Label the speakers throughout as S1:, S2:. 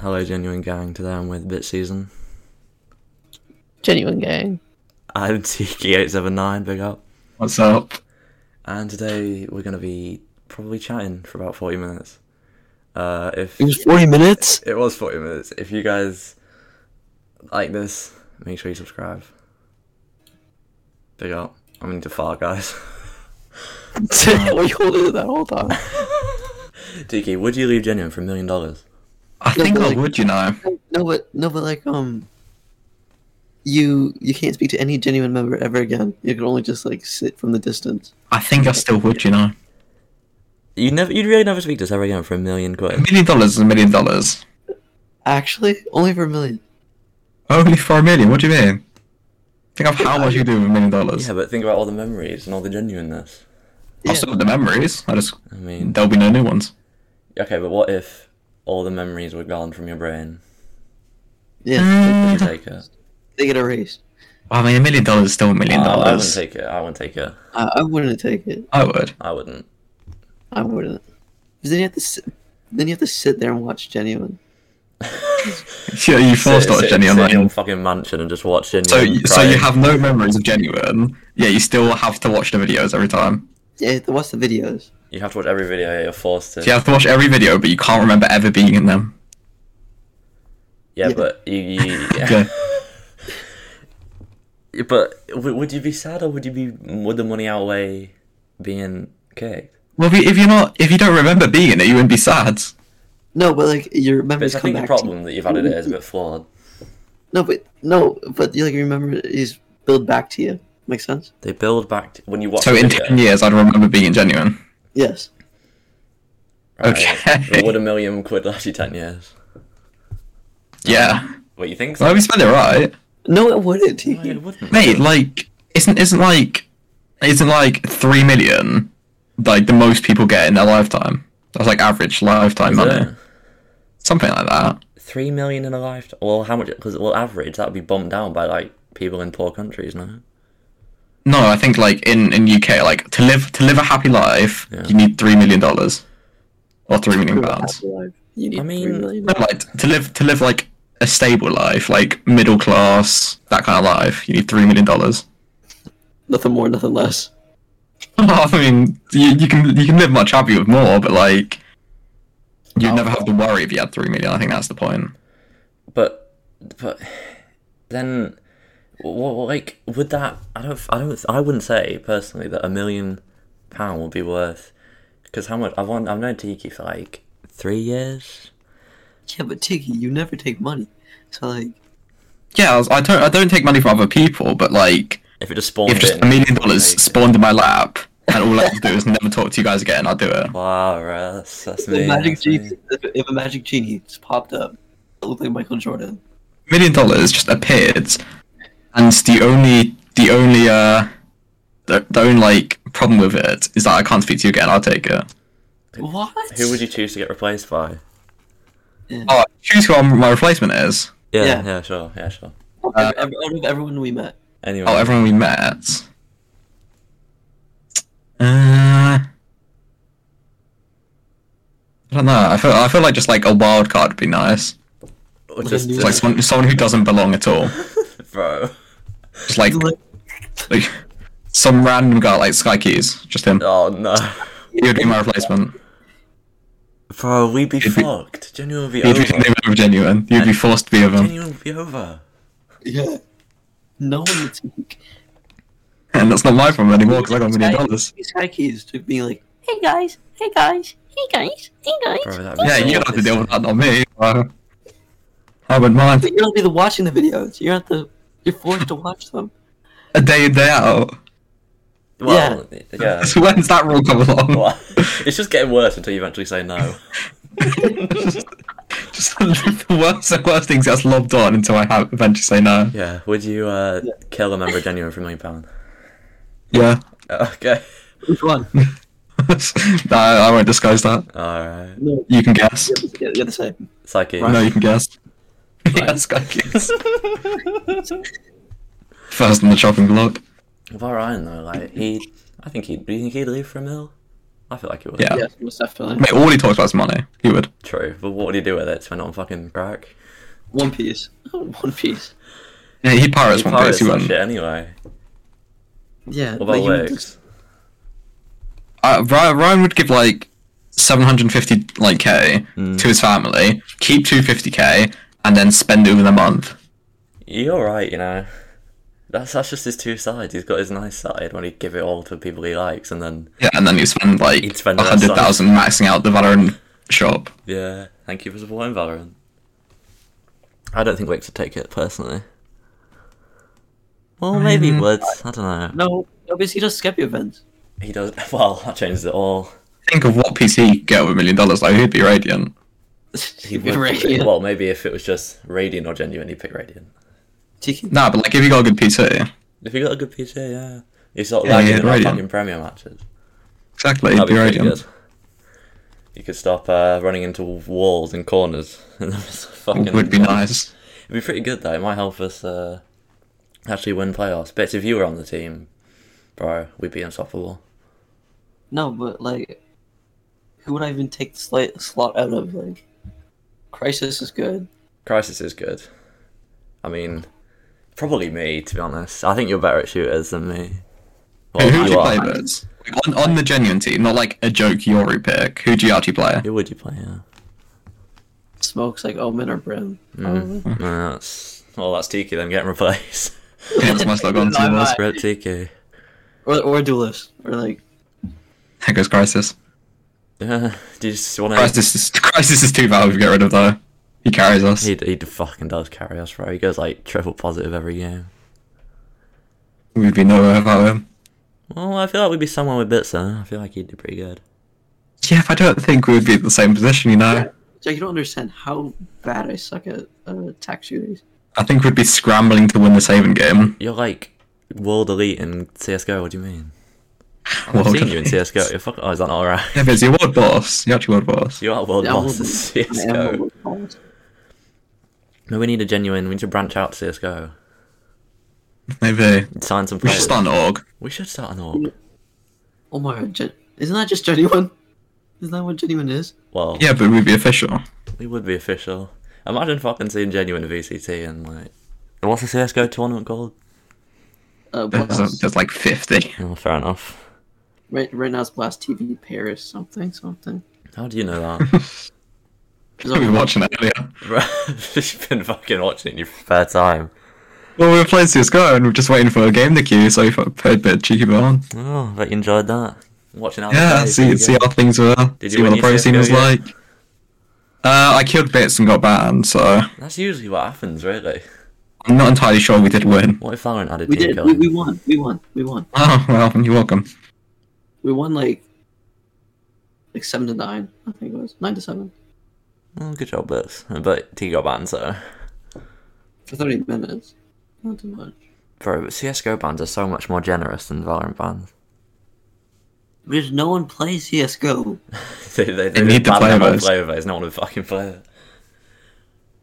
S1: Hello, genuine gang. Today I'm with Bit Season.
S2: Genuine gang.
S1: I'm Tiki879, big up.
S3: What's up?
S1: And today we're going to be probably chatting for about 40 minutes. Uh, if
S3: It was 40 minutes?
S1: it was 40 minutes, if you guys like this, make sure you subscribe. Big up. I'm into fart, guys.
S3: Uh,
S2: what you all did that whole time?
S1: Tiki, would you leave genuine for a million dollars?
S3: I think I
S2: like-
S3: would, you know.
S2: No, but no, but like um, you you can't speak to any genuine member ever again. You can only just like sit from the distance.
S3: I think I still would, you know.
S1: You'd never, you'd really never speak to us ever again for a million
S3: A
S1: quid.
S3: million dollars is a million dollars.
S2: Actually, only for a million.
S3: Only for a million? What do you mean? Think of how much you do with a million dollars.
S1: Yeah, but think about all the memories and all the genuineness.
S2: Yeah.
S3: I'll still have the memories. I just
S1: I mean,
S3: there'll be no new ones.
S1: Okay, but what if all the memories were gone from your brain?
S2: Yeah,
S1: Would you take it?
S2: they get erased.
S3: I mean, a million dollars is still a million
S1: Uh, Oh, I wouldn't
S3: dollars.
S1: take it. I wouldn't take it.
S2: I, I wouldn't take it.
S3: I would.
S1: I wouldn't.
S2: I wouldn't. 'Cause then you have to sit, then you have to sit there and watch genuine.
S3: Yeah, you forced
S1: Sit-
S3: out
S1: sit-
S3: Jenny
S1: sit in your
S3: online.
S1: fucking mansion and just watch it.
S3: So, you- so you have no memories of genuine. Yeah, you still have to watch the videos every time.
S2: Yeah, you have to watch the videos.
S1: you have to watch every video. yeah, You're forced to.
S3: So you have to watch every video, but you can't remember ever being in them.
S1: Yeah,
S2: Yeah.
S1: but you. you
S3: Okay.
S1: But w- would you be sad or would you be? Would the money outweigh being kicked?
S3: Well, if you- if you're not, if you don't remember being in it, you wouldn't be sad.
S2: No, but like your
S1: But
S2: memories
S1: I
S2: come
S1: think the
S2: back. To,
S1: problem that you've added it is a bit flawed.
S2: no, but no, but you like remember is build back to you. Make sense?
S1: They build back to, when you watch.
S3: So
S1: the
S3: in
S1: video,
S3: ten years, I'd remember being genuine.
S2: Yes.
S1: right?
S3: okay.
S1: But would a million quid last you ten years?
S3: Yeah.
S1: What you think? So?
S3: Well, we spent it right,
S2: No, it wouldn't.
S1: No, it wouldn't.
S3: mate. Like, isn't isn't like, isn't like three million, like the most people get in their lifetime? That's like average lifetime money,
S1: Yeah.
S3: something like that.
S1: Three million in a lifetime. Well, how much? Because well, average that would be bumped down by like people in poor countries, no?
S3: No, I think like in in UK, like to live to live a happy life,
S1: Yeah.
S3: you need three million dollars, or three million pounds.
S2: You need
S1: I mean-
S2: three million.
S3: No, like to live to live like a stable life, like middle class, that kind of life, you need three million dollars.
S2: nothing more, nothing less.
S3: I mean, you, you can you can live much happier with more, but like, you'd never have to worry if you had three million. I think that's the point.
S1: But, but then, what? Like, would that? I don't. I don't. I wouldn't say personally that a million pound would be worth. Because how much? I've won, I've known Tiki for like three years.
S2: Yeah, but Tiki, you never take money. So like,
S3: Yeah, I, was, I don't I don't take money from other people, but like,
S1: If it just spawned
S3: if just
S1: in,
S3: a million dollars
S1: like-
S3: spawned in my lap, and all I have to do is never talk to you guys again, I'll do it.
S1: Wow, right, that's that's
S2: if
S1: me.
S2: a magic
S1: That's me.
S2: genie, if, if a magic genie just popped up, it looked like Michael Jordan.
S3: million dollars just appeared, and the only the only uh the, the only like problem with it is that I can't speak to you again. I'll take it.
S2: What?
S1: Who would you choose to get replaced by?
S2: Yeah.
S3: Oh, choose who I'm- my replacement is.
S1: Yeah, yeah,
S2: Yeah.
S1: sure, yeah, sure.
S3: uh,
S2: Ev- ev- out of everyone we met,
S1: Anyway,
S3: Oh, everyone we met. Uh, I don't know. I feel I feel like just like a wild card would be nice. Oh,
S1: just,
S2: It's
S3: It's like
S1: just
S3: someone, someone who doesn't belong at all.
S1: bro.
S3: Just like
S2: like,
S3: like some random guy like Sky Keys. Just him.
S1: Oh no.
S3: He would be my replacement.
S1: Bro, we'd be
S3: be-
S1: fuckkt. Genuine would be
S3: He'd be
S1: over.
S3: never with genuine. You'd be forced to be with him,
S1: Genuine would be over.
S2: yeah, no one would take.
S3: and that's not my problem anymore because I got a million
S2: Sky-
S3: dollars.
S2: Sky Keys took me like,
S4: Hey guys, hey guys, hey guys, hey guys.
S1: Bro, that'd be
S3: Yeah,
S1: so
S3: you don't have to deal
S1: autistic.
S3: with that, not me. Uh, I wouldn't mind.
S2: but you're not the watching the videos. You're not the. You're forced to watch them.
S3: A day in day out.
S1: Well, yeah.
S3: So when's that rule come along?
S1: Well, it's just getting worse until you eventually say no.
S3: just just the worst, the worst things gets lobbed on until I have eventually say no.
S1: Yeah. Would you uh, kill a member of genuine for a million pound?
S3: Yeah.
S1: Okay.
S2: Which one?
S3: no, I won't disguise that.
S1: All right.
S2: No,
S3: You can guess.
S2: you have to- you have to say.
S1: Psyche.
S3: No, you can guess. yes, I guess. First on the chopping block.
S1: About Ryan though, like he, I think he'd. Do you think he'd leave for a mil? I feel like it would.
S3: Yeah.
S2: Yes, most definitely.
S3: Mate, all he talks about is money. He would.
S1: True, but what would he do with it? Spend it on fucking crack?
S2: One Piece. Oh, One Piece.
S3: Yeah, he pirates
S1: He
S3: one place.
S1: pirates
S3: He
S1: that
S3: wouldn't.
S1: shit anyway.
S2: Yeah.
S1: What about
S2: you would
S1: legs?
S2: just-
S3: Uh, Ry- Ryan would give like 750 like k
S1: Hmm.
S3: to his family, keep 250k, and then spend it within a month.
S1: You're right, you know. That's that's just his two sides. He's got his nice side when he'd give it all to people he likes, and then
S3: Yeah, and then you spend like
S1: He'd spend the rest on-
S3: 100,000 maxing out the Valorant shop.
S1: yeah, thank you for supporting Valorant. I don't think Wix would take it personally. Well, maybe
S3: Mm-hmm.
S1: he would. I don't know.
S2: No, no, because he does Skeppy events.
S1: He does. Well, that changes it all.
S3: Think of what PC you get with a million dollars. Like he'd be radiant.
S1: He would.
S2: Radiant.
S1: Well, maybe if it was just Radiant or Genuine, he'd pick Radiant.
S2: Tiki-
S3: Nah, but like if you got a good PC,
S1: If he got a good PC, yeah. He's not
S3: Yeah,
S1: lagging
S3: yeah,
S1: in our
S3: Radiant.
S1: fucking Premier matches.
S3: exactly, he'd
S1: That'd
S3: be
S1: be pretty
S3: radiant.
S1: good. You could stop uh, running into walls and corners. And then just fucking
S3: Would be nice.
S1: It'd be pretty good though. It might help us uh, actually win playoffs. But if you were on the team, bro, we'd be unstoppable.
S2: No, but like, who would I even take the slight slot out of? Like, Crisis is good.
S1: Crisis is good. I mean, probably me to be honest. I think you're better at shooters than me. Well,
S3: Who would you
S1: are.
S3: play birds? Like, on, on the genuine team, not like a joke Yori pick. Who do you actually play?
S1: Who would you play? Yeah.
S2: Smokes like Omen or Brim.
S3: Oh.
S1: No, that's well, that's Tiki. Then getting replaced.
S3: Okay, that's my slug on two
S2: Bye-bye.
S3: balls.
S1: Rip Tiki.
S2: Or, or Duelist. Or like,
S3: There goes Crisis.
S1: Yeah. Do you just want to?
S3: Crisis is Crisis is too bad. We get rid of though. He carries us.
S1: He he fucking does carry us, bro. He goes like triple positive every game.
S3: We'd be nowhere without him.
S1: Well, I feel like we'd be somewhere with bits though. I feel like he'd do pretty good.
S3: Yeah, but I don't think we'd be in the same position. You know,
S2: Jack, you don't understand how bad I suck at uh, attack shooters.
S3: I think we'd be scrambling to win the saving game.
S1: You're like world elite in CS:GO. What do you mean? I've
S3: World
S1: seen you in
S3: elite.
S1: CS:GO. You're fucking. Oh, is that not alright?
S3: Yeah, but you're world boss. You're actually world boss.
S1: You are world
S2: Yeah,
S1: boss in
S2: I am a
S1: CS:GO.
S2: little bald.
S1: No, we need a genuine. We need to branch out to CS:GO.
S3: Maybe
S1: Sign some
S3: we
S1: players.
S3: should start an org.
S1: We should start an org.
S2: Oh my god, Gen- isn't that just genuine? Isn't that what genuine is?
S1: Well,
S3: Yeah, but we'd be official.
S1: we would be official. Imagine fucking seeing genuine VCT and like. What's the CS:GO tournament called?
S2: Uh,
S3: There's,
S2: Blast-
S3: there's like fifty.
S1: Oh, fair enough.
S2: right, right now it's Blast TV Paris something something.
S1: How do you know that?
S3: We
S1: Oh.
S3: were watching it earlier.
S1: Bro, You've been fucking watching it in your spare time.
S3: Well, we were playing CS:GO and we we're just waiting for a game to queue, so we fu- played a bit of cheeky bit on.
S1: Oh, bet you enjoyed that. Watching how they
S3: Yeah,
S1: play,
S3: see,
S1: pretty
S3: see
S1: good.
S3: how things were.
S1: Did you
S3: see what
S1: win
S3: the
S1: your
S3: pro scene
S1: CS:GO
S3: was
S1: yet?
S3: like. Uh, I killed bits and got banned, so
S1: That's usually what happens, really.
S3: I'm not entirely sure we did win.
S1: What if Valorant added
S2: we
S1: team
S2: did. We,
S1: killing?
S2: we won. We won. We won.
S3: Oh well, you're welcome.
S2: We won like like seven to nine. I think it was nine to seven
S1: Oh, good job, Blitz. But T got banned, so.
S2: for thirty minutes. Not too much.
S1: Bro, but CSGO bans are so much more generous than Valorant bans.
S2: Because no one plays CS:GO.
S1: they, they,
S3: They need the
S1: ban whole
S3: flavors.
S1: flavors, no one would fucking play it.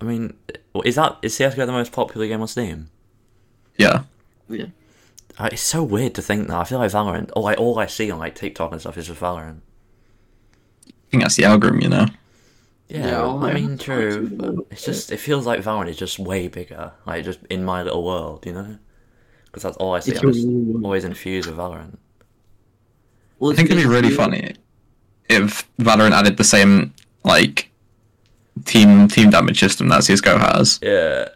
S1: I mean, well, is that is CSGO the most popular game on Steam?
S3: Yeah,
S2: Yeah.
S1: Uh, It's so weird to think that. I feel like Valorant, all I, all I see on like TikTok and stuff is just Valorant.
S3: I think that's the algorithm, you know.
S1: Yeah,
S2: all
S1: I
S2: I
S1: mean,
S2: have
S1: true.
S2: watched is
S1: but It's just, it feels like Valorant is just way bigger. Like, just in my little world, you know? Because that's all I see.
S2: It's
S1: I'm
S2: your
S1: just
S2: little world.
S1: always infused with Valorant.
S2: Well,
S3: I think it'd be really funny if Valorant added the same like team team damage system that CS:GO has.
S1: Yeah.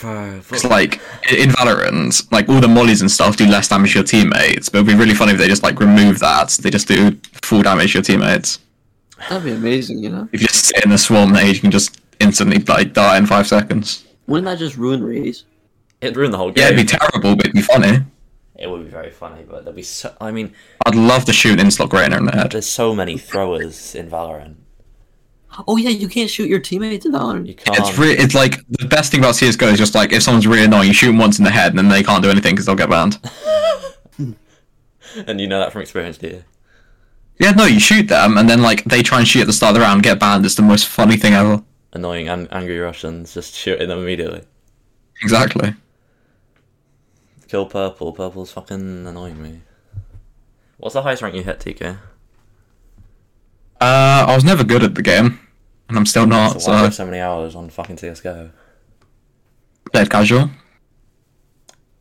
S1: Bro,
S3: It's like i- in Valorant, like all the mollies and stuff do less damage to your teammates, but it'd be really funny if they just like remove that. They just do full damage to your teammates.
S2: That'd be amazing, you know.
S3: If you just sit in the swarm there, you can just instantly like die in five seconds.
S2: Wouldn't that just ruin Rays?
S1: It'd ruin the whole
S3: Yeah,
S1: game.
S3: it'd be terrible, but it'd be funny.
S1: it would be very funny, but there'd be so. I mean,
S3: I'd love to shoot an Inslock Rainer in the head.
S1: there's so many throwers in Valorant.
S2: Oh yeah, you can't shoot your teammates in
S1: You
S2: Valorant.
S1: can't.
S3: It's re- it's like the best thing about CS:GO is just like if someone's really annoying, you shoot them once in the head, and then they can't do anything because they'll get banned.
S1: and you know that from experience, do you?
S3: yeah, no, you shoot them, and then like they try and shoot at the start of the round, get banned. It's the most funny thing ever.
S1: Annoying an- angry Russians just shooting them immediately.
S3: Exactly.
S1: Kill purple. Purple's fucking annoying me. What's the highest rank you hit, TK?
S3: Uh, I was never good at the game, and I'm still not.
S1: So why
S3: So
S1: have so many hours on fucking CS:GO?
S3: played casual,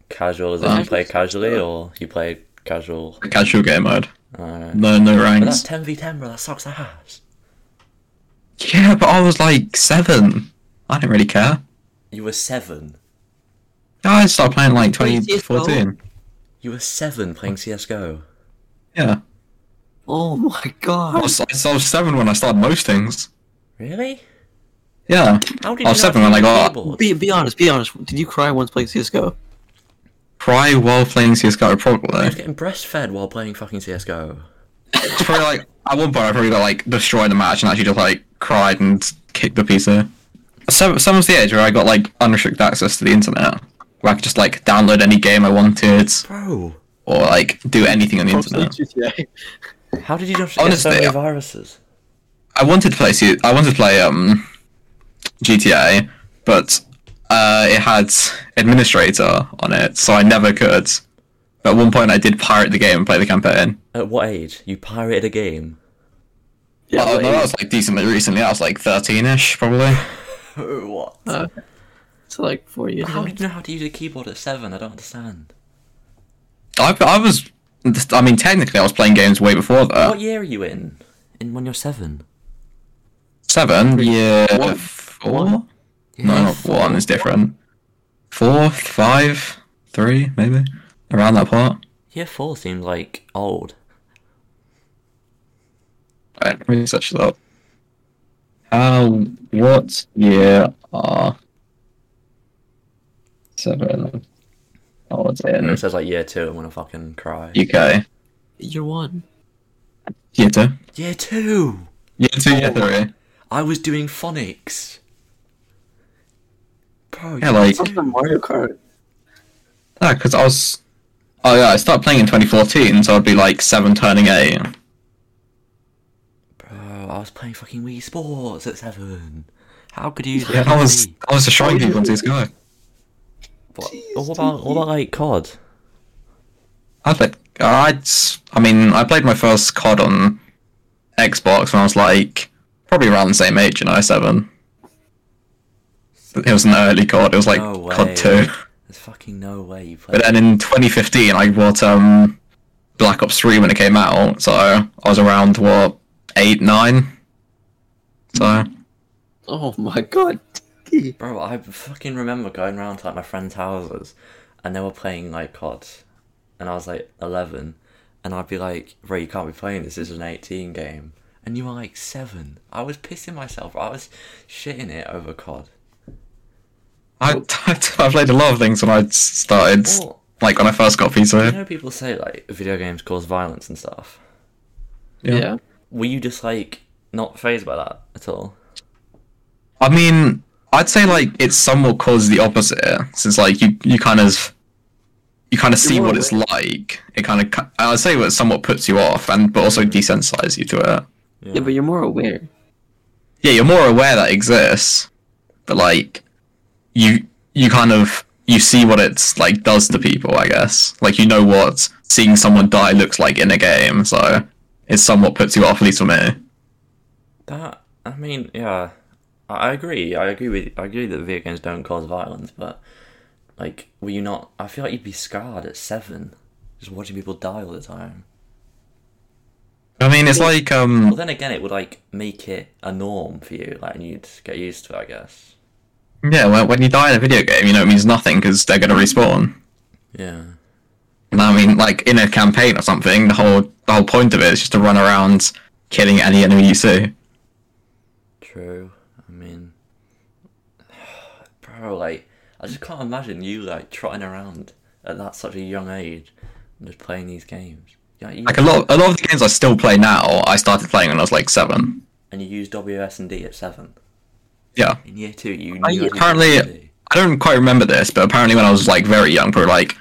S1: Casual as in you play casually, or you play casual?
S3: casual game mode.
S1: Alright.
S3: No,
S1: But
S3: no
S1: that's
S3: ranks.
S1: ten v ten, bro. That sucks ass.
S3: Yeah, but I was like seven. I didn't really care.
S1: You were seven.
S3: I started playing like
S2: Playing CS:GO?
S3: 2014.
S1: You were seven playing CS:GO.
S3: Yeah,
S2: Oh my
S3: I
S2: god.
S1: Oh.
S3: was, I was seven when I started most things.
S1: Really?
S3: Yeah,
S1: How did you
S3: I was
S1: not
S3: seven when I
S1: play
S3: got
S1: keyboard?
S2: Be, be honest, be honest. Did you cry once playing CSGO?
S3: cry while playing CS:GO
S1: I
S3: probably.
S1: was getting breastfed while playing fucking CS:GO.
S3: It's probably like at one point I probably got like destroyed the match and actually just like cried and kicked the PC. Seven, seven was the age where I got like unrestricted access to the internet, where I could just like download any game I wanted
S1: Bro,
S3: or like do anything on the internet.
S2: GTA.
S1: how did you just get so
S3: Honestly,
S1: many
S3: I-
S1: viruses?
S3: I wanted to play. C- I wanted to play um, GTA, but uh, it had administrator on it, so I never could. But at one point, I did pirate the game and play the campaign.
S1: At what age? You pirated a game.
S2: Yeah,
S3: oh,
S2: but
S3: no, that was like decently recently. I was like thirteen-ish, probably.
S1: what?
S2: it's like four years
S1: Uh, How
S2: ago.
S1: did you know how to use a keyboard at seven? I don't understand.
S3: I, I was. I mean, technically, I was playing games way before that.
S1: What year are you in? In when you're seven?
S3: Seven, year four. No, not
S1: four.
S3: one is different. Four, five, three, maybe around that part.
S1: Year four seemed like old.
S3: Right, let me search it up. How? What year are seven? Oh, it's in
S1: It says like year two. I'm gonna fucking cry.
S3: UK.
S2: You're one.
S3: Year two.
S1: Year two.
S3: Year two, year three.
S1: I was doing phonics. Bro,
S3: Yeah, like
S2: Mario Kart.
S3: yeah, because I was. Oh yeah, I started playing in 2014, so I'd be like seven, turning eight.
S1: bro, I was playing fucking Wii Sports at seven. How could you?
S3: Yeah, I was I was destroying people on CS:GO.
S1: What, what about what about like COD?
S3: I played. I I mean, I played my first COD on Xbox when I was like probably around the same age, you know, seven. It was an early COD. It was like
S1: No way.
S3: COD two.
S1: There's fucking no way you played.
S3: But then in 2015, I bought um Black Ops three when it came out, so I was around what eight, nine. So
S2: Oh my god. Tiki.
S1: Bro, I fucking remember going around to like my friends' houses and they were playing like COD and I was like 11 and I'd be like, bro, you can't be playing this, this is an 18 game. And you were like 7. I was pissing myself, bro. I was shitting it over COD.
S3: I I played a lot of things when I started,
S1: Well,
S3: like when I first got
S1: you
S3: PC.
S1: know, people say like video games cause violence and stuff.
S3: Yeah.
S2: Yeah.
S1: Were you just like not phased by that at all?
S3: I mean, I'd say like it's somewhat caused the opposite, since like you you kind of you kind of see
S2: more
S3: what it's like. It kind of cu- I'd say it somewhat puts you off, and but also desensitizes you to it.
S2: Yeah, but you're more aware.
S3: Yeah, you're more aware that it exists, but like you you kind of you see what it's like does to people. I guess like you know what seeing someone die looks like in a game, so it somewhat puts you off, at least for me.
S1: That I mean, yeah, I I agree. I agree with I agree that video games don't cause violence, but like, were you not? I feel like you'd be scarred at seven, just watching people die all the time.
S3: I mean, it's like um
S1: Well, then again, it would like make it a norm for you, like, and you'd get used to it, I guess.
S3: yeah, when, when you die in a video game, you know it means nothing because they're gonna respawn.
S1: Yeah.
S3: And I mean, like in a campaign or something, the whole the whole point of it is just to run around killing any enemy you see.
S1: True. I mean, bro, like, I just can't imagine you like trotting around at that such a young age, and just playing these games. Yeah, you,
S3: Like a lot, a lot of the games I still play now, I started playing when I was like seven.
S1: and you used WS and D at seven.
S3: Yeah.
S1: In year two, you knew
S3: I
S1: everything
S3: apparently,
S1: about D.
S3: I don't quite remember this, but apparently when I was like very young, probably like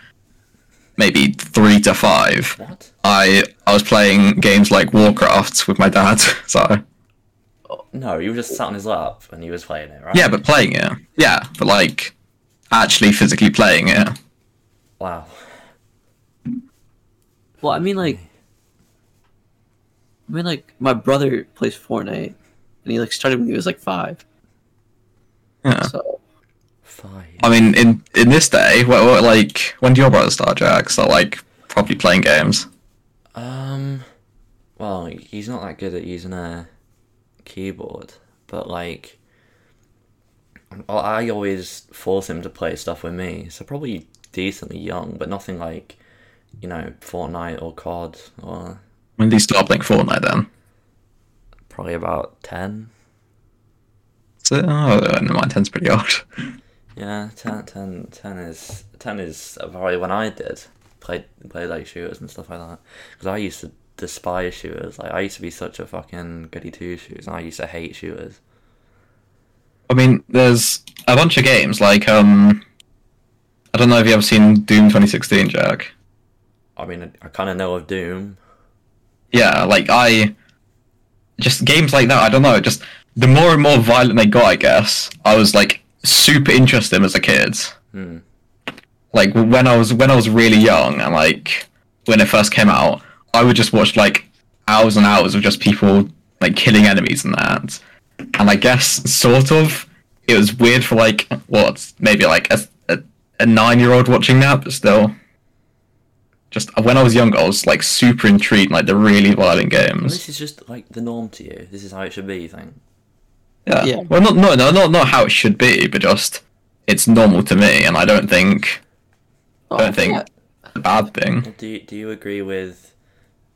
S3: maybe three to five,
S1: What?
S3: I I was playing games like Warcraft with my dad. So
S1: No, you were just sat on his lap and he was playing it, right?
S3: yeah, but playing it, yeah, but like actually physically playing it.
S1: Wow.
S2: Well, I mean, like, I mean, like my brother plays Fortnite, and he like started when he was like five.
S3: Yeah.
S2: So
S1: Five.
S3: I mean, in in this day, what, what like when do your brothers start, Jack? Start like probably playing games.
S1: Um, well, he's not that good at using a keyboard, but like, well, I always force him to play stuff with me, so probably decently young, but nothing like, you know, Fortnite or COD or
S3: When do you start playing Fortnite then?
S1: probably about 10.
S3: So, oh, never mind. Ten's pretty old.
S1: Yeah, 10, 10, 10 is 10 is probably when I did play play like shooters and stuff like that. Because I used to despise shooters. Like I used to be such a fucking goody two shoes, and I used to hate shooters.
S3: I mean, there's a bunch of games like um, I don't know if you ever seen Doom 2016, Jack.
S1: I mean, I, I kind of know of Doom.
S3: Yeah, like I, just games like that. I don't know. Just the more and more violent they got, I guess I was like super interested in them as a kid.
S1: Hmm.
S3: Like when I was when I was really young and like when it first came out, I would just watch like hours and hours of just people like killing enemies and that. And I guess sort of it was weird for like what maybe like a a, a nine year old watching that, but still. Just when I was younger, I was like super intrigued, like the really violent
S1: Well,
S3: games.
S1: this is just like the norm to you. This is how it should be. You think?
S3: Yeah.
S2: Yeah.
S3: Well, not no no not not how it should be, but just it's normal to me, and I don't think
S2: oh,
S3: don't think
S2: yeah.
S3: it's a bad thing.
S1: Well, do you, do you agree with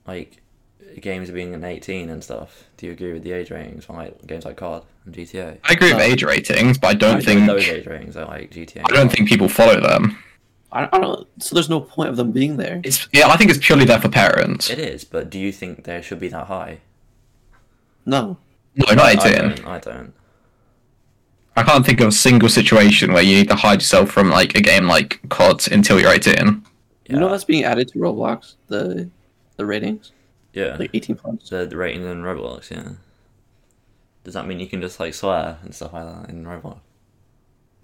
S1: like games being an eighteen and stuff? Do you agree with the age ratings on like games like COD and GTA?
S3: I agree with age ratings, but I don't
S1: agree with
S3: think
S1: those age ratings are like GTA.
S3: I don't think people follow them.
S2: I, I don't. So there's no point of them being there.
S3: It's yeah, I think it's purely there for parents.
S1: It is, but do you think they should be that high?
S2: No.
S3: No, not
S1: I
S3: eighteen.
S1: don't. I don't.
S3: I can't think of a single situation where you need to hide yourself from like a game like COD until you're eighteen.
S1: Yeah.
S2: You know that's being added to Roblox the the ratings
S1: yeah.
S2: like 18 plus.
S1: the, the rating in Roblox, yeah. Does that mean you can just like swear and stuff like that in Roblox?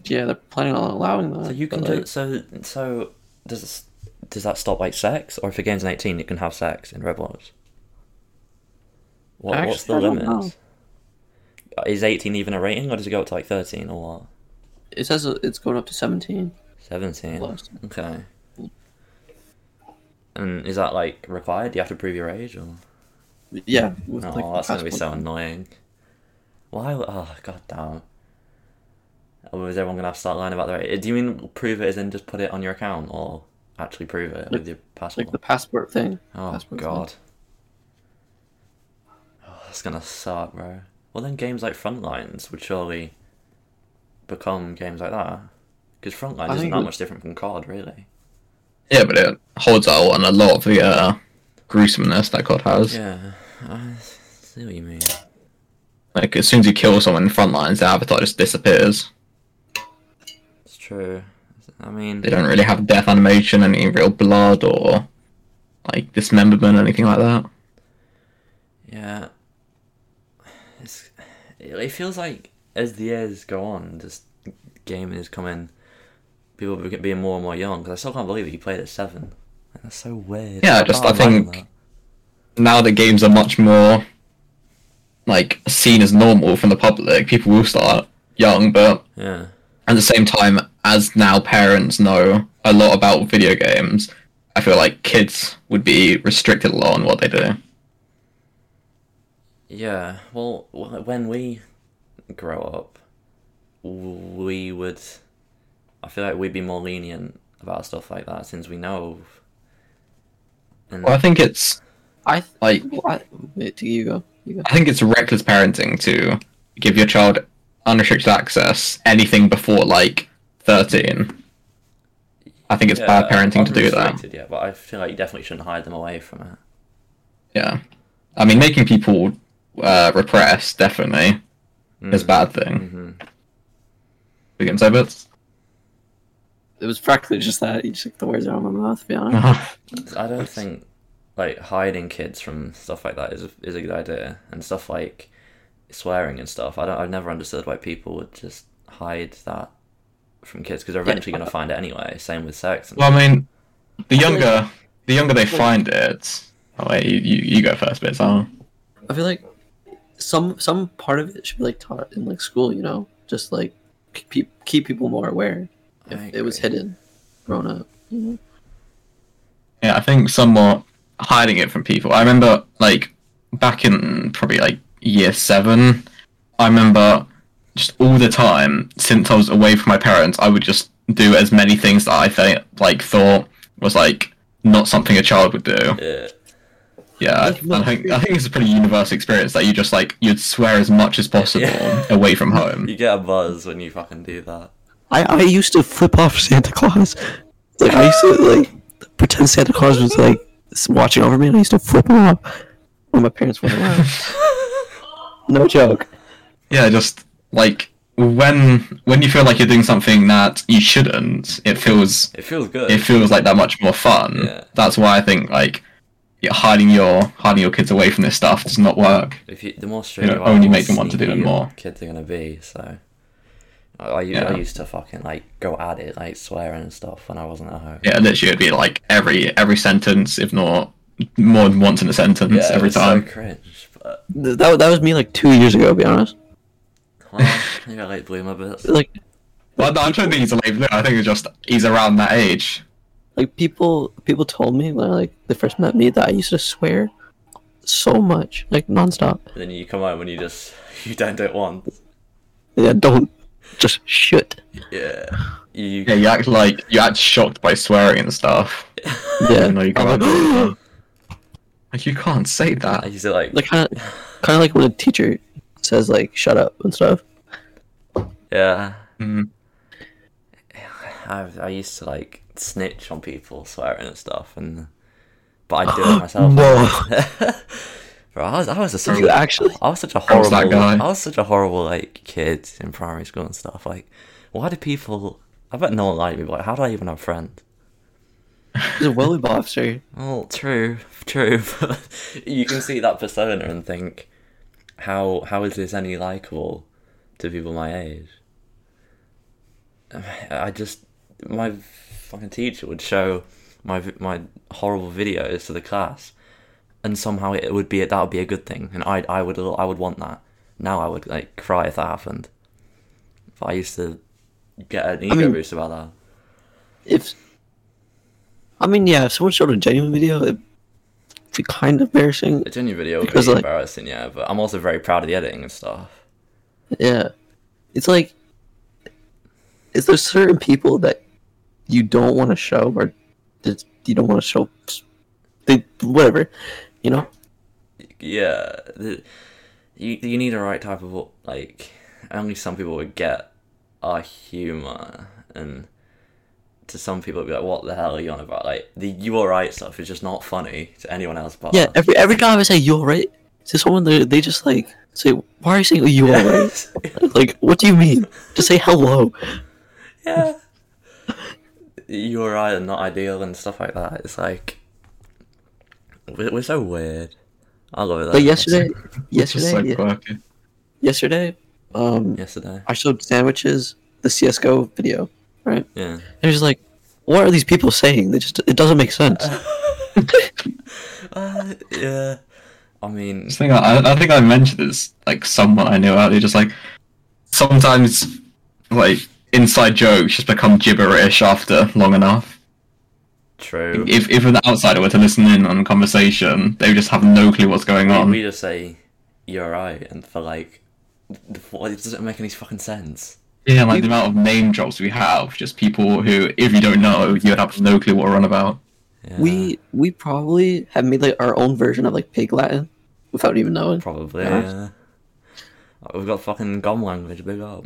S2: Yeah, they're planning on allowing that.
S1: So you
S2: but,
S1: can
S2: like,
S1: do so. So does this, does that stop like sex, or if a game's an eighteen, you can have sex in Roblox? What, what's the
S2: Actually, I don't
S1: limit? Is eighteen even a rating, or does it go up to like thirteen or what?
S2: It says it's going up to 17.
S1: Seventeen.
S2: Plus.
S1: Okay. And is that like required? Do you have to prove your age, or?
S2: Yeah. With,
S1: Oh,
S2: like, the
S1: that's gonna be so
S2: passport.
S1: annoying. Why? w- Oh, god damn. Oh, is everyone gonna have to start lying about their age? Do you mean prove it as in just put it on your account or actually prove it with your passport?
S2: Like the passport thing.
S1: oh
S2: passport thing.
S1: god. Oh, that's gonna suck, bro. Well, then games like Frontlines would surely become games like that. Because Frontline
S2: I
S1: isn't
S2: think
S1: that
S2: it-
S1: much different from COD, really.
S3: Yeah, but it holds out on a lot of the uh, gruesomeness that COD has.
S1: Yeah, I see what you mean.
S3: Like as soon as you kill someone in the front lines, the avatar just disappears.
S1: It's true. I mean,
S3: They don't really have death animation, any real blood or like dismemberment, anything like that.
S1: Yeah. It's, it it feels like as the years go on, just gaming is coming, people be- being more and more young. Because I still can't believe that you played at seven. Like, that's so weird.
S3: Yeah, just-
S1: can't
S3: I think-
S1: imagine
S3: Now the games are much more like seen as normal from the public. People will start young, but
S1: that. Yeah.
S3: at the same time, as now parents know a lot about video games, I feel like kids would be restricted a lot on what they do.
S1: Yeah. Well, wh- when we grow up, we would. I feel like we'd be more lenient about stuff like that since we know. And
S3: Well, I think it's
S2: I th-
S3: like
S2: well, I, wait, to you go. You go.
S3: I think it's reckless parenting to give your child unrestricted access anything before like 13. I think it's bad
S1: Yeah,
S3: parenting to do that.
S1: unrestricted, Yeah, but I feel like you definitely shouldn't hide them away from it.
S3: Yeah. I mean, making people uh, repressed definitely is a bad thing.
S1: hmm
S3: We can say bits.
S2: It was practically just that. You just took the words out of my mouth, to be honest.
S3: I
S1: I don't think like hiding kids from stuff like that is a, is a good idea, and stuff like swearing and stuff. I don't. I've never understood why people would just hide that from kids because they're eventually going to find it anyway. Same with sex. And,
S3: well, I mean, the younger the younger they find it. Oh wait, you, you, you go first, bits. Oh.
S2: I feel like some some part of it should be like taught in like school, you know, just like keep keep people more aware. If
S1: I
S2: it was
S1: agree.
S2: hidden, grown up. you know?
S3: Yeah, I think somewhat hiding it from people. I remember like back in probably like year seven, I remember just all the time since I was away from my parents, I would just do as many things that I think like thought was like not something a child would do.
S1: Yeah.
S3: Yeah, I, I think I think it's a pretty universal experience that you just like you'd swear as much as possible
S1: Yeah.
S3: away from home.
S1: You get a buzz when you fucking do that.
S2: I, I used to flip off Santa Claus. Like I used to like pretend Santa Claus was like s- watching over me, and I used to flip him off when my parents went around. no joke.
S3: Yeah, just like when when you feel like you're doing something that you shouldn't, it feels
S1: It feels good.
S3: it feels like that much more fun.
S1: Yeah.
S3: That's why I think like yeah, hiding your hiding your kids away from this stuff does not work.
S1: If you, the more strict
S3: know,
S1: you are,
S3: only
S1: the
S3: make them want to do it
S1: sneaky
S3: more.
S1: Kids are gonna be so. I, I, u- I
S3: Yeah.
S1: used to fucking like go at it, like swearing and stuff when I wasn't at home.
S3: Yeah, literally it'd be like every every sentence, if not more than once in a sentence
S1: it
S3: every
S1: was so
S3: time.
S1: cringe, but
S2: Th- That, wa- that was me like two years ago. To be honest,
S1: well, maybe I like blew my bits.
S2: like
S3: Well, no, I don't think he's a late bloomer. I think it's just he's around that age.
S2: like people people told me when I, like they first met me that I used to swear so much, like nonstop.
S1: And then you come home and you just you don't do it once.
S2: Yeah, don't just shit.
S1: Yeah. You
S3: Yeah, you act like you act shocked by swearing and stuff.
S2: Yeah,
S3: You know, you
S2: I'm
S3: can't.
S2: like,
S3: like you can't say
S1: I
S3: that.
S1: used to like,
S2: like kind of kind of like when a teacher says like shut up and stuff.
S1: yeah.
S3: Mm.
S1: I I used to like snitch on people swearing and stuff, and but I do it myself. Bro, I was I was a such
S2: you
S1: a-
S2: actually?
S1: I was such a
S3: was
S1: horrible
S3: that guy.
S1: I was such a horrible like kid in primary school and stuff. Like, why do people? I bet no one liked me. But like, how do I even have friends?
S2: He's a woolly boxer.
S1: Well, true, true. But you can see that persona and think, how how is this any likable to people my age? I just my fucking teacher would show my vi- my horrible videos to the class, and somehow it would be that would be a good thing, and I I would I would want that. Now I would like cry if that happened. But I used to get an ego
S2: mean-
S1: boost about that.
S2: If I mean, yeah, if someone showed a genuine video, it'd be kind of embarrassing.
S1: It's only video would
S2: Because,
S1: be
S2: like-
S1: embarrassing, yeah. But I'm also very proud of the editing and stuff.
S2: Yeah, it's like, is there certain people that you don't want to show or that you don't want to show? They whatever, you know.
S1: yeah, the, you you need the right type of like. Only some people would get our humor, and to some people, it'd be like, "What the hell are you on about?" Like the "you alright" stuff is just not funny to anyone else. But
S2: Yeah,
S1: us.
S2: every every time I say you're right to someone, they they just like say, "Why are you saying you're right?" like, what do you mean? Just say hello.
S1: yeah, you alright and not ideal and stuff like that. It's like we're, we're so weird. I love it. though.
S2: Like yesterday,
S3: It's just
S2: yesterday,
S3: so
S2: yeah-
S3: quirky.
S2: yesterday, um,
S1: yesterday,
S2: I showed sandwiches the CS:GO video, right?
S1: yeah.
S2: And it was like, what are these people saying? They just it doesn't make sense.
S1: Uh, yeah, I mean,
S3: This thing I, I think I mentioned this like someone I knew out there just like sometimes like inside jokes just become gibberish after long enough.
S1: true.
S3: If if an outsider were to listen in on the conversation, they would just have no clue what's going
S1: We-
S3: on.
S1: we just say you're right, and for like, the, what- it doesn't make any fucking sense.
S3: Yeah, like the amount of name drops we have, just people who if you don't know, you would have no clue what we're on about.
S1: Yeah,
S2: We we probably have made like our own version of like pig Latin without even knowing.
S1: probably.
S2: Yeah.
S1: Yeah. We've got fucking Gom language. Big up.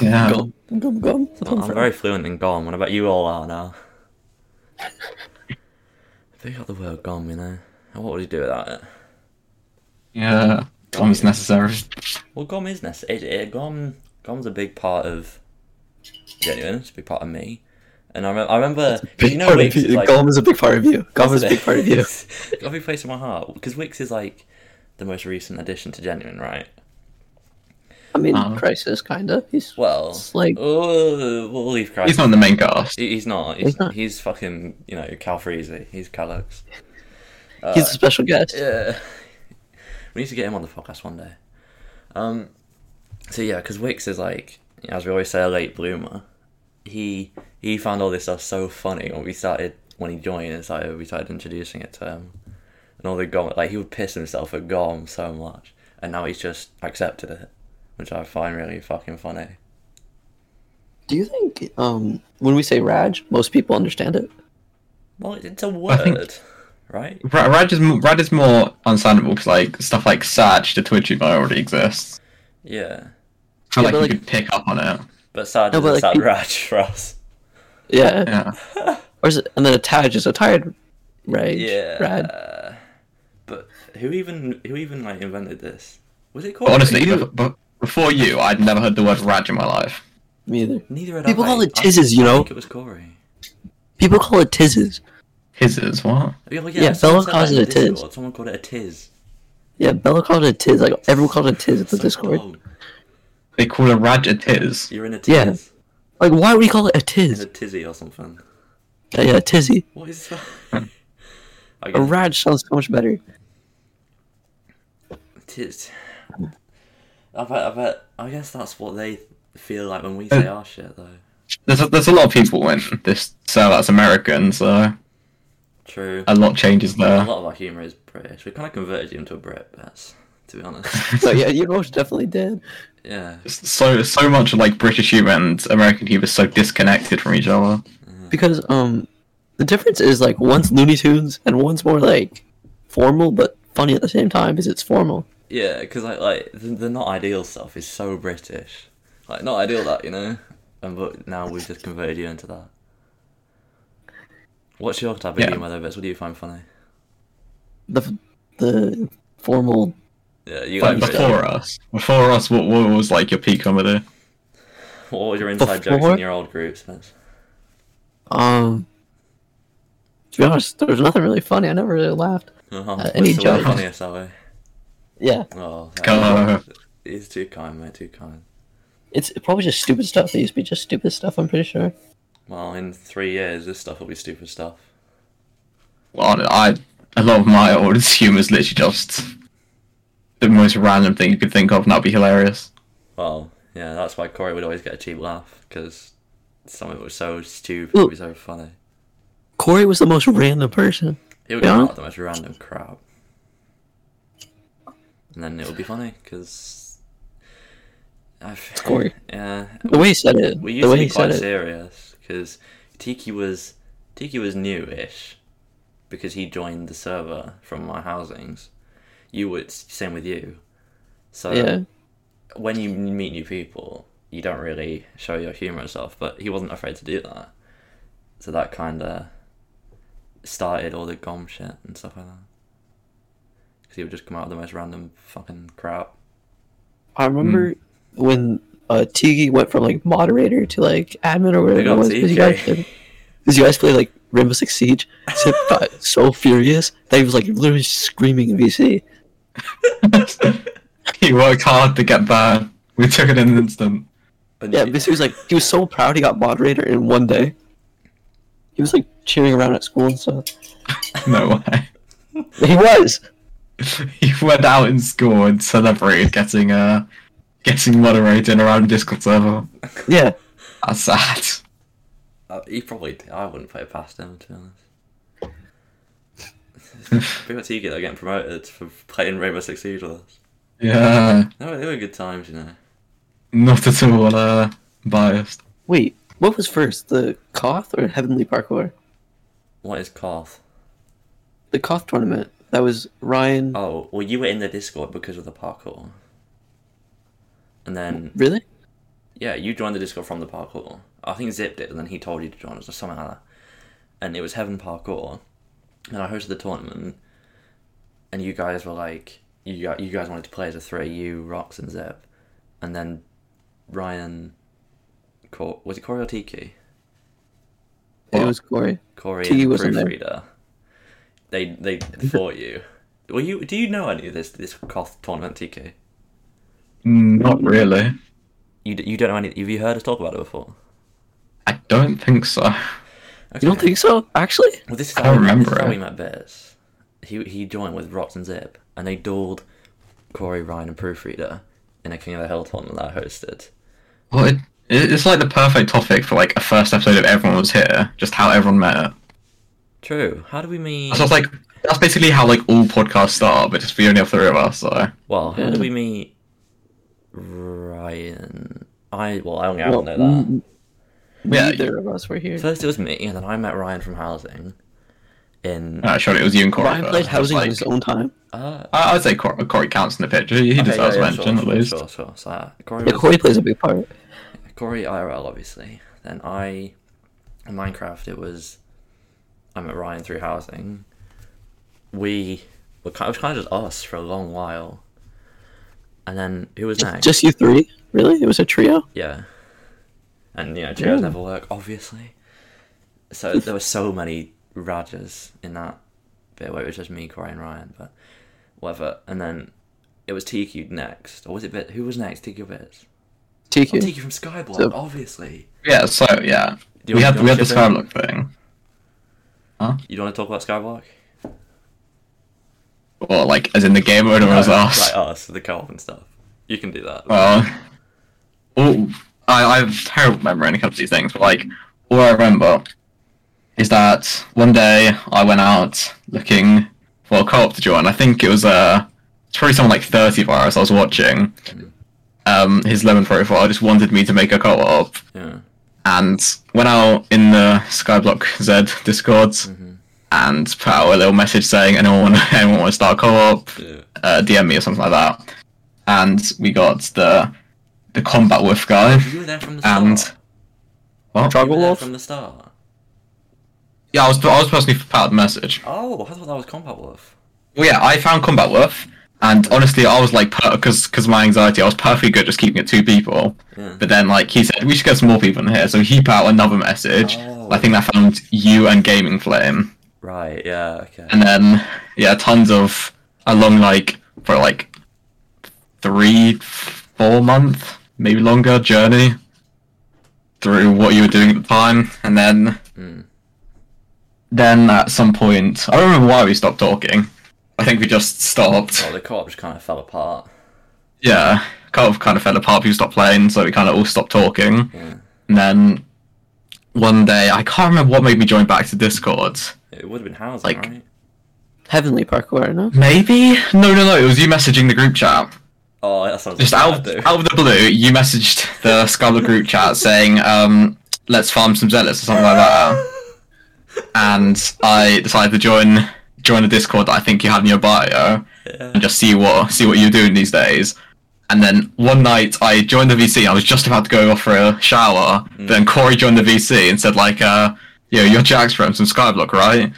S3: Yeah.
S2: Gum, gum, gum. That's what I'm
S1: I'm
S2: from.
S1: very fluent in Gom. What about you all are now? Big up the word Gom. You know. And What would you do without it?
S3: Yeah. Tom is necessary.
S1: Well, Gom is necessary. It, it, Gom, Gom's a big part of genuine. It's a big part of me. And I, rem- I remember, 'cause
S2: Big
S1: you know,
S2: part of
S1: Wix
S2: you-
S1: is like,
S2: Gum is a big part of you. Gum is a big part of you.
S1: Got a big place in my heart because Wix is like the most recent addition to Genuine, right?
S2: I mean,
S1: Uh-huh.
S3: Um,
S2: crisis kind of. He's
S1: Well,
S2: It's like-
S1: oh, we'll leave Christ.
S3: He's not in the main cast.
S1: He- He's not. He's,
S2: He's not.
S1: he's fucking. You know, Cal Freezy. He's Calux.
S2: he's a special guest.
S1: Yeah. We need to get him on the podcast one day. Um, so yeah, because Wix is like, as we always say, a late bloomer. He he found all this stuff so funny when we started when he joined and started we started introducing it to him and all the Gom like he would piss himself at Gom so much, and now he's just accepted it, which I find really fucking funny.
S2: Do you think um, when we say Raj, most people understand it?
S1: Well, it- it's a
S3: think-
S1: word, right?
S3: Ra- Rad is m- Rad is more understandable because like stuff like Sarge the Twitch emo already exists.
S1: Yeah,
S3: I feel
S2: Yeah, but,
S3: like, you
S2: like-
S3: could pick up on it.
S1: but sad
S2: No,
S1: doesn't
S2: but, like,
S1: sound
S2: people-
S1: right for us.
S2: Yeah.
S3: Yeah,
S2: Or is it, and then a Taj is a tired Raj.
S1: Yeah.
S2: Rad.
S1: But who even who even like invented this? Was it called?
S3: but honestly, bef- bef- before you, I'd never heard the word Rad in my life.
S2: Me either.
S1: neither had
S2: People
S1: I.
S2: call it
S1: I-
S2: jizzes, you
S1: I
S2: know?
S1: think it was Corey.
S2: People call it tizzes.
S3: His is what?
S1: Yeah, well,
S2: Yeah,
S1: someone
S2: Bella
S1: said
S2: calls
S1: that in
S2: it a tiz.
S1: Discord. Someone called it a tiz.
S2: Yeah, Bella called it a tiz. Like everyone called it a tiz at the
S1: So
S2: Discord.
S1: dumb.
S3: They call a Rad a tiz.
S1: oh, You're in a tiz.
S2: Yeah. Like why would you call it a
S1: In a
S2: tiz?
S1: tizzy or something.
S2: Uh, yeah, a tizzy.
S1: What is that? I
S2: A
S1: guess
S2: Raj sounds so much better.
S1: tiz. I bet. I bet. I guess that's what they feel like when we say our shit, though.
S3: There's a, there's a lot of people in this so that's American, so
S1: True.
S2: Uh,
S3: a lot changes
S1: A
S3: there.
S1: lot of our humour is British. We kind of converted you into a Brit, that's to be honest.
S2: So yeah, you most definitely did.
S1: yeah.
S3: So so much of, like British humor and American humor is so disconnected from each other.
S2: Because um the difference is like one's Looney Tunes and one's more like formal but funny at the same time because it's formal.
S1: Yeah, because like like the, the not ideal stuff is so British, like not ideal that you know, and but now we've just converted you into that. What's your type of
S3: Yeah.
S1: humour though, Bits? What do you find funny?
S2: The the formal
S1: Yeah, you
S3: Like
S1: like British-
S3: before us, before us, what, what was like your peak comedy?
S1: what was your inside jokes
S2: Before?
S1: in your old group, Spence?
S2: um to be honest, there was nothing really funny. I never really laughed.
S1: Oh,
S2: Uh, any
S1: so we're the
S2: jokes?
S1: funniest, are we?
S2: Yeah,
S1: Oh,
S3: Go.
S1: he's too kind, mate. Too kind.
S2: it's probably just stupid stuff. It used to be just stupid stuff. I'm pretty sure.
S1: Well, in three years, this stuff will be stupid stuff.
S3: Well, I a lot of my audience humor is literally just the most random thing you could think of, and that'd be hilarious.
S1: Well, yeah, that's why Corey would always get a cheap laugh because some of it was so stupid,
S2: Well-
S1: it was so funny.
S2: Corey was the most random person.
S1: It would
S2: Yeah.
S1: come out the most random crap. And then it would be funny, because. It's
S2: Corey.
S1: Yeah.
S2: The way he said it.
S1: We
S2: the
S1: used
S2: way
S1: to
S2: he
S1: be
S2: said
S1: quite
S2: it.
S1: serious, because Tiki was. Tiki was new-ish, because he joined the server from my housings. You would. Same with you. So
S2: Yeah.
S1: when you meet new people, you don't really show your humor and stuff, but he wasn't afraid to do that. So that kind of started all the gom shit and stuff like that. Because he would just come out with the most random fucking crap.
S2: I remember
S1: Hmm.
S2: when uh, Tiki went from like moderator to like admin or whatever
S1: Big
S2: it
S1: up
S2: was. Because you
S1: TK.
S2: guys did. Because you guys played like Rainbow Six Siege. Zip got so furious that he was like literally screaming in VC.
S3: he worked hard to get there. We took it in an instant.
S1: And
S2: Yeah,
S1: you-
S2: because he was like he was so proud he got moderator in one day. He was like cheering around at school and stuff.
S3: No way.
S2: He was.
S3: he went out in school and celebrated getting uh getting moderated around Discord server.
S2: Yeah.
S3: That's sad.
S1: uh, he probably. I wouldn't put it past him, to be honest. Pretty much Tiki, they're getting promoted for playing Rainbow Six Siege with us.
S3: Yeah,
S1: They were, they were good times, you know.
S3: not at all uh, biased.
S2: Wait, what was first, the Koth or Heavenly Parkour?
S1: What is Koth?
S2: The Koth tournament. That was Ryan.
S1: Oh, well, you were in the Discord because of the parkour. And then
S2: Really?
S1: Yeah, you joined the Discord from the parkour. I think Zip did, and then he told you to join us or something like that. And it was Heaven Parkour, and I hosted the tournament. And you guys were like, you gu- you guys wanted to play as a three, you Rocks and Zip, and then Ryan, Cor- was it Corey or Tiki?
S2: It
S3: What?
S2: was Corey.
S1: Corey
S2: Tiki
S1: and
S2: wasn't there.
S1: Proofreader. They they fought you. Well, you do you know any of this this Koth tournament, Tiki?
S3: Mm, Not really.
S1: You d- you don't know any? Have you heard us talk about it before?
S3: I don't think so.
S2: You don't think so? Actually?
S1: Well, this is
S3: I
S1: how,
S3: remember
S1: this is how
S3: it.
S1: we met Biz. He he joined with Rox and Zip, and they duelled Corey Ryan and Proofreader in a King of the Hill tournament that I hosted.
S3: Well, it, it- it's like the perfect topic for like a first episode of Everyone Was Here, just how everyone met.
S1: True. How do we meet?
S3: That's just like that's basically how like all podcasts start, but just we only have three of us. So
S1: Well, how do we meet? Ryan. I well, I only I
S2: Well,
S1: don't know
S3: mm,
S1: that.
S2: n-
S3: Yeah,
S2: neither of us were here.
S3: mm.
S1: First it was me, and then I met Ryan from housing. In
S3: uh, surely it was you and Corey.
S2: Ryan
S3: first,
S2: played housing
S3: like-
S2: on his own time.
S1: uh,
S3: I, I'd say Corey, Corey counts in the picture. He
S1: okay,
S3: deserves
S1: yeah, yeah,
S3: mention
S1: sure,
S3: at least.
S1: Sure, sure, sure. So, uh, Corey,
S2: Yeah,
S1: was-
S2: Corey plays a big part.
S1: Corey IRL, obviously. Then I, in Minecraft, it was I met Ryan through housing. We were kind of, it was kind of just us for a long while. And then who was next?
S2: Just you three? Really? It was a trio?
S1: Yeah. And you know, trios
S2: Yeah.
S1: never work, obviously. So there were so many Rajas in that bit where it was just me, Corey, and Ryan, but whatever. And then it was TQ next, or was it Bit? Who was next? TQ or Bits? Oh,
S2: TQ.
S1: TQ from Skyblock,
S2: So-
S1: obviously.
S3: Yeah. So yeah,
S1: Do you want-
S3: we had
S1: do
S3: we
S1: you want
S3: had
S1: to
S3: the
S1: chip in?
S3: Skyblock thing.
S1: You don't want to talk about Skyblock?
S3: Or like as in the game mode or as us.
S1: Like us, the co-op and stuff. You can do that.
S3: Well, all, I, I have terrible memory when it comes to these things, but like, all I remember is that one day I went out looking for a co-op to join. I think it was uh, it's probably someone like 30 Virus I was watching.
S1: Mm.
S3: Um, his lemon profile just wanted me to make a co-op,
S1: yeah.
S3: and went out in the Skyblock Z Discord
S1: mm-hmm.
S3: and put out a little message saying anyone want to anyone want to start a co-op
S1: yeah.
S3: uh, DM me or something like that, and we got the the combat wolf guy.
S1: You were there from the start.
S3: And- What?
S1: You were
S2: Struggle
S1: there
S2: Wolf?
S1: from the start.
S3: Yeah, I was I was personally put out the message.
S1: Oh, I thought that was Combat Wolf.
S3: Well, yeah, I found combat wolf, and honestly, I was like, because because my anxiety, I was perfectly good just keeping it two people.
S1: Yeah.
S3: But then, like he said, we should get some more people in here, so he put out another message.
S1: Oh.
S3: I think I found you and Gaming Flame,
S1: Right. Yeah. Okay.
S3: and then yeah, tons of along like for like three, four month, maybe longer journey through what you were doing at the time, and then
S1: Mm.
S3: then at some point, I don't remember why we stopped talking. I think we just stopped.
S1: Well, the co-op just kind of fell apart.
S3: Yeah, kind of kind of fell apart. People stopped playing, so we kind of all stopped talking.
S1: Yeah.
S3: And then one day, I can't remember what made me join back to Discord.
S1: It would have been housing,
S3: Like-
S1: right?
S2: Heavenly Parkour, no?
S3: Maybe no, no, no. It was you messaging the group chat.
S1: Oh, that sounds
S3: Just
S1: like
S3: out,
S1: what
S3: of-
S1: I'd do.
S3: out of the blue, you messaged the Scarlet group chat saying, um, let's farm some zealots or something like that. And I decided to join join a Discord that I think you had in your bio
S1: Yeah.
S3: and just see what see what you're doing these days. And then one night I joined the VC. I was just about to go off for a shower. Then Corey joined the VC and said like, uh, "Yo, you're Jax from some Skyblock, right?"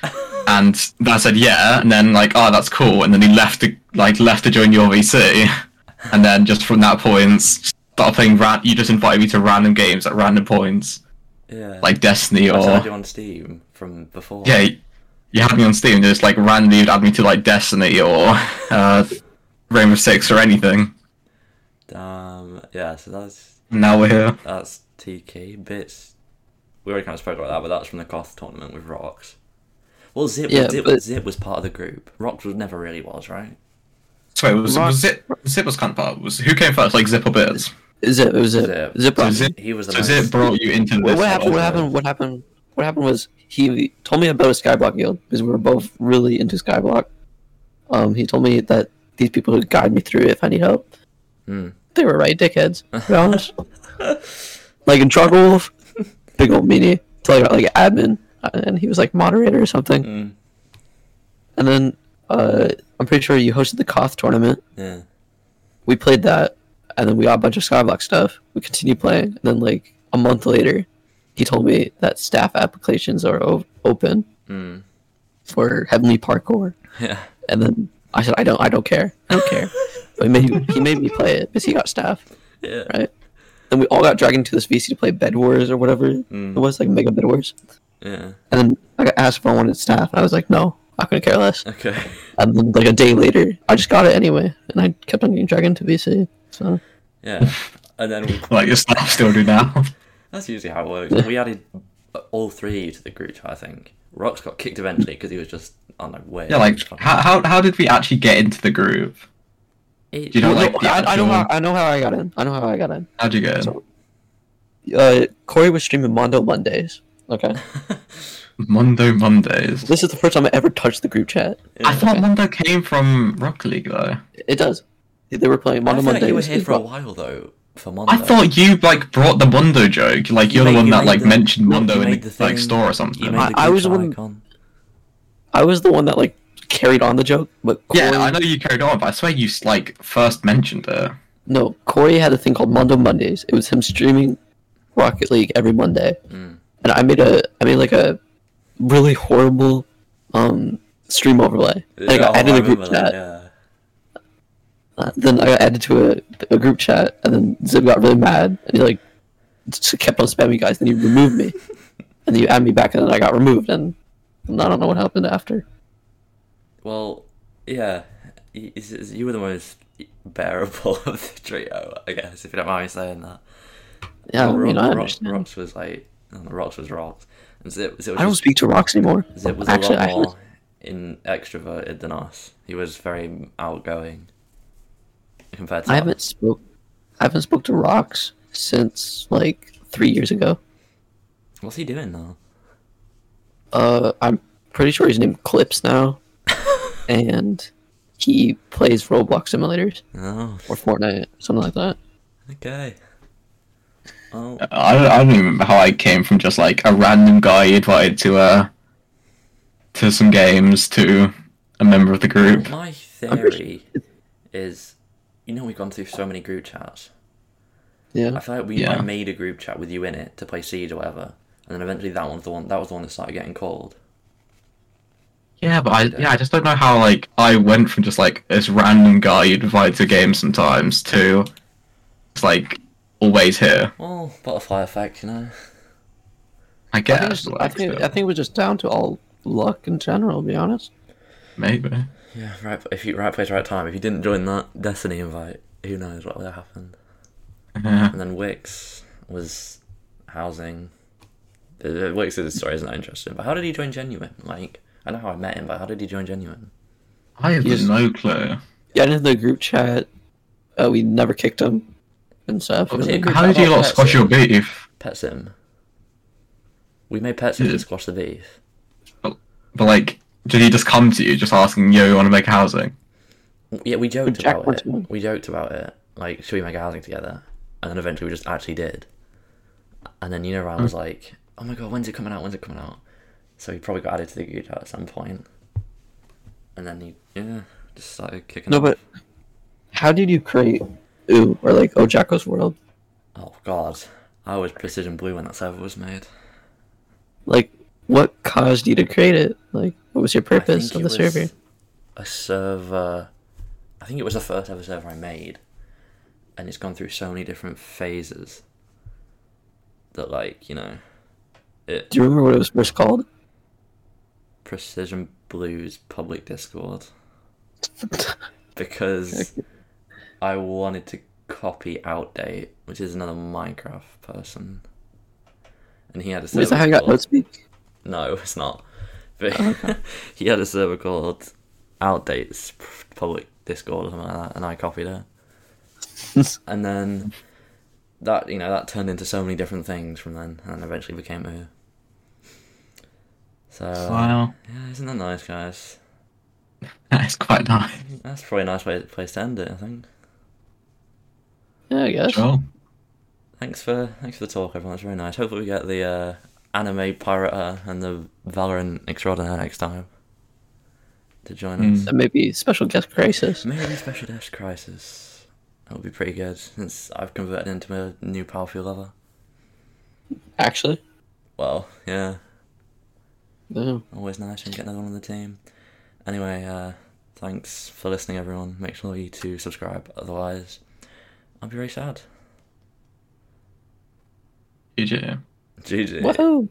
S3: and I said, "Yeah." And then like, "Oh, that's cool." And then he left to like left to join your VC. And then just from that point, started playing. Ran- you just invited me to random games at random points,
S1: Yeah.
S3: like Destiny
S1: That's what I do
S3: or
S1: on Steam from before.
S3: yeah. You had me on Steam, just like randomly you'd add me to like Destiny or uh, Rainbow Six or anything.
S1: Um. Yeah. So that's
S3: Now we're here.
S1: that's TK bits. We already kind of spoke about that, but that's from the Koth tournament with Rocks. Well, Zip,
S2: Yeah,
S1: Zip,
S2: but-
S1: Zip was part of the group. Rocks was never really was, right?
S3: So wait, was,
S2: Right.
S3: was Zip, Zip was kind of part. Was who came first, like Zip or Biz?
S2: Zip, it was Zip.
S1: Zip.
S2: Zip
S3: So
S2: brought
S3: Zip,
S1: He was the
S3: so
S1: most-
S3: Zip brought you into
S2: What,
S3: this.
S2: what happened? What
S3: world.
S2: happened? What happened? What happened was he told me about a Skyblock guild because we were both really into Skyblock. Um, he told me that these people would guide me through if I need help.
S1: Hmm.
S2: They were right, dickheads. To be honest. like in Truggle Wolf, big old meanie, tell you about like admin, and he was like moderator or something.
S1: Hmm.
S2: And then uh, I'm pretty sure you hosted the Koth tournament.
S1: Yeah.
S2: We played that, and then we got a bunch of Skyblock stuff. We continued playing, and then like a month later, he told me that staff applications are o- open
S1: Mm.
S2: for Heavenly Parkour.
S1: Yeah.
S2: And then I said, I don't, I don't care, I don't care. but he made, he made me play it because he got staff,
S1: Yeah.
S2: right? Then we all got dragged into this VC to play Bed Wars or whatever
S1: Mm.
S2: it was, like Mega Bed Wars.
S1: Yeah.
S2: And then I got asked if I wanted staff, and I was like, no, I couldn't care less.
S1: Okay.
S2: And then like a day later, I just got it anyway, and I kept on getting dragged into VC. So
S1: Yeah. And then we,
S3: Like your staff still do now.
S1: that's usually how it works. We added all three to the group chat, I think. Rocks got kicked eventually because he was just on like way.
S3: yeah, like how, how how did we actually get into the groove?
S1: It,
S3: Do you know,
S2: Well,
S3: like,
S2: no,
S3: the
S2: I, I know how
S3: actual-
S2: I know how I got in. I know how I got in.
S3: How'd you get in?
S2: So- Uh, Corey was streaming Mondo Mondays. Okay,
S3: Mondo Mondays.
S2: this is the first time I ever touched the group chat.
S3: I thought Mondo came from Rock League though.
S2: It does. They were playing
S1: I
S2: Mondo
S1: feel like
S2: Mondays.
S1: you were here
S2: as
S1: for a
S2: well.
S1: while though. For Mondo.
S3: I thought you like brought the Mondo joke. Like
S1: You
S3: you're
S1: made-
S3: the one
S1: you
S3: that
S1: made
S3: like
S1: the-
S3: mentioned Mondo
S1: you
S3: in
S1: made
S3: the,
S1: the
S3: like
S1: thing-
S3: store or
S1: you
S3: something.
S1: made the
S2: I- I was
S1: Gucci
S2: one-
S1: icon.
S2: I was the one that like carried on the joke, but Corey,
S3: Yeah, I know you carried on, but I swear you like first mentioned it.
S2: no, Corey had a thing called Mondo Mondays. It was him streaming Rocket League every Monday,
S1: Mm.
S2: and I made a I made like a really horrible um stream overlay. And I got
S1: Oh,
S2: added
S1: I
S2: to the group
S1: remember
S2: chat.
S1: that, yeah.
S2: Uh, then I got added to a, a group chat, and then Zib got really mad, and he like just kept on spamming guys. Then he removed me, and then you added me back, and then I got removed, and I don't know what happened after.
S1: Well, yeah, y- it's- it's- you were the most bearable of the trio, I guess, if you don't mind me saying that.
S2: Yeah, I
S1: Ro-
S2: mean, I
S1: Ro-
S2: understand.
S1: Rox was like, um, Rox was Rox. And Zip, Zip was,
S2: I don't
S1: just-
S2: speak to rocks anymore.
S1: Zip was
S2: Actually,
S1: a
S2: I
S1: lot
S2: have-
S1: more in extroverted than us. He was very outgoing compared to
S2: I
S1: us.
S2: haven't spoke. I haven't spoke to rocks since like three years ago.
S1: What's he doing now?
S2: Uh, I'm pretty sure he's named Clips now, and he plays Roblox simulators
S1: Oh,
S2: or Fortnite, something like that.
S1: okay. Oh,
S2: Uh,
S3: I don't, I don't even remember how I came from just like a random guy you invited to uh to some games to a member of the group.
S1: my theory is, you know, we've gone through so many group chats. I
S2: Yeah,
S1: feel like we
S3: Yeah.
S1: I made a group chat with you in it to play Siege or whatever, and then eventually that one's the one that was the one that started getting called.
S3: Yeah, but I yeah I just don't know how like I went from just like this random guy you'd invite to games sometimes to it's like always here.
S1: Well, butterfly effect, you know.
S2: I
S3: I
S2: think,
S3: guess
S2: it's-
S3: like,
S2: I, think, I
S3: still,
S2: think it was just down to all luck in general. To be honest.
S3: maybe.
S1: Yeah, right. If you right place, right time. If you didn't join that Destiny invite, who knows what would have happened?
S3: Yeah.
S1: And then Wix was housing. Uh, Wix's story isn't that interesting, but how did he join Genuine? Like, I know how I met him, but how did he join Genuine?
S3: I have
S2: Yes.
S3: no clue.
S2: Yeah, and in the group chat, uh, we never kicked him and stuff.
S1: was it a
S2: and-
S1: group
S3: How did
S1: chat
S3: you
S1: about
S3: lot squash
S1: Pepsi?
S3: your beef?
S1: Pet Sim. We made Pet Sim to squash the beef.
S3: But like, did he just come to you just asking, "Yo, you want to make housing?"
S1: Yeah, we joked
S2: Jack
S1: about
S2: wants
S1: it.
S2: one.
S1: We joked about it. Like, should we make a housing together? And then eventually we just actually did. And then you know Ryan was
S2: Hmm.
S1: like, "Oh my god, when's it coming out? When's it coming out?" So he probably got added to the group chat at some point. And then he yeah just started kicking.
S2: No,
S1: off.
S2: but how did you create Ooh or like Oh Jacko's World?
S1: oh god, I was precision blue when that server was made.
S2: Like, what caused you to create it? Like, what was your
S1: I
S2: purpose
S1: think
S2: of
S1: it
S2: the
S1: was
S2: server?
S1: A server. I think it was the first ever server I made, and it's gone through so many different phases. That like you know, it
S2: Do you remember what it was first called?
S1: Precision Blues public Discord because I wanted to copy Outdate, which is another Minecraft person, and he had a server.
S2: Is that how you got
S1: called-
S2: Notespeak?
S1: No, it's not. But he had a server called Outdates public Discord or something like that, and I copied it. and then that you know that turned into so many different things from then, and eventually became a. So
S3: Wow,
S1: yeah, isn't that nice, guys?
S3: that's quite nice.
S1: That's probably a nice way place to end it. I think.
S2: Yeah, I guess.
S3: Sure.
S1: Thanks for thanks for the talk, everyone. That's very nice. Hopefully, we get the uh, anime pirate uh, and the Valorant extraordinaire next time to join us.
S2: And maybe Special Guest Crisis.
S1: Maybe Special Dash Crisis. That would be pretty good since I've converted into a new powerful lover.
S2: Actually,
S1: Well, yeah,
S2: yeah.
S1: always nice when you get another one on the team. Anyway, uh, thanks for listening, everyone. Make sure you to subscribe. Otherwise, I'll be very sad.
S3: GG.
S1: GG.
S2: Woohoo!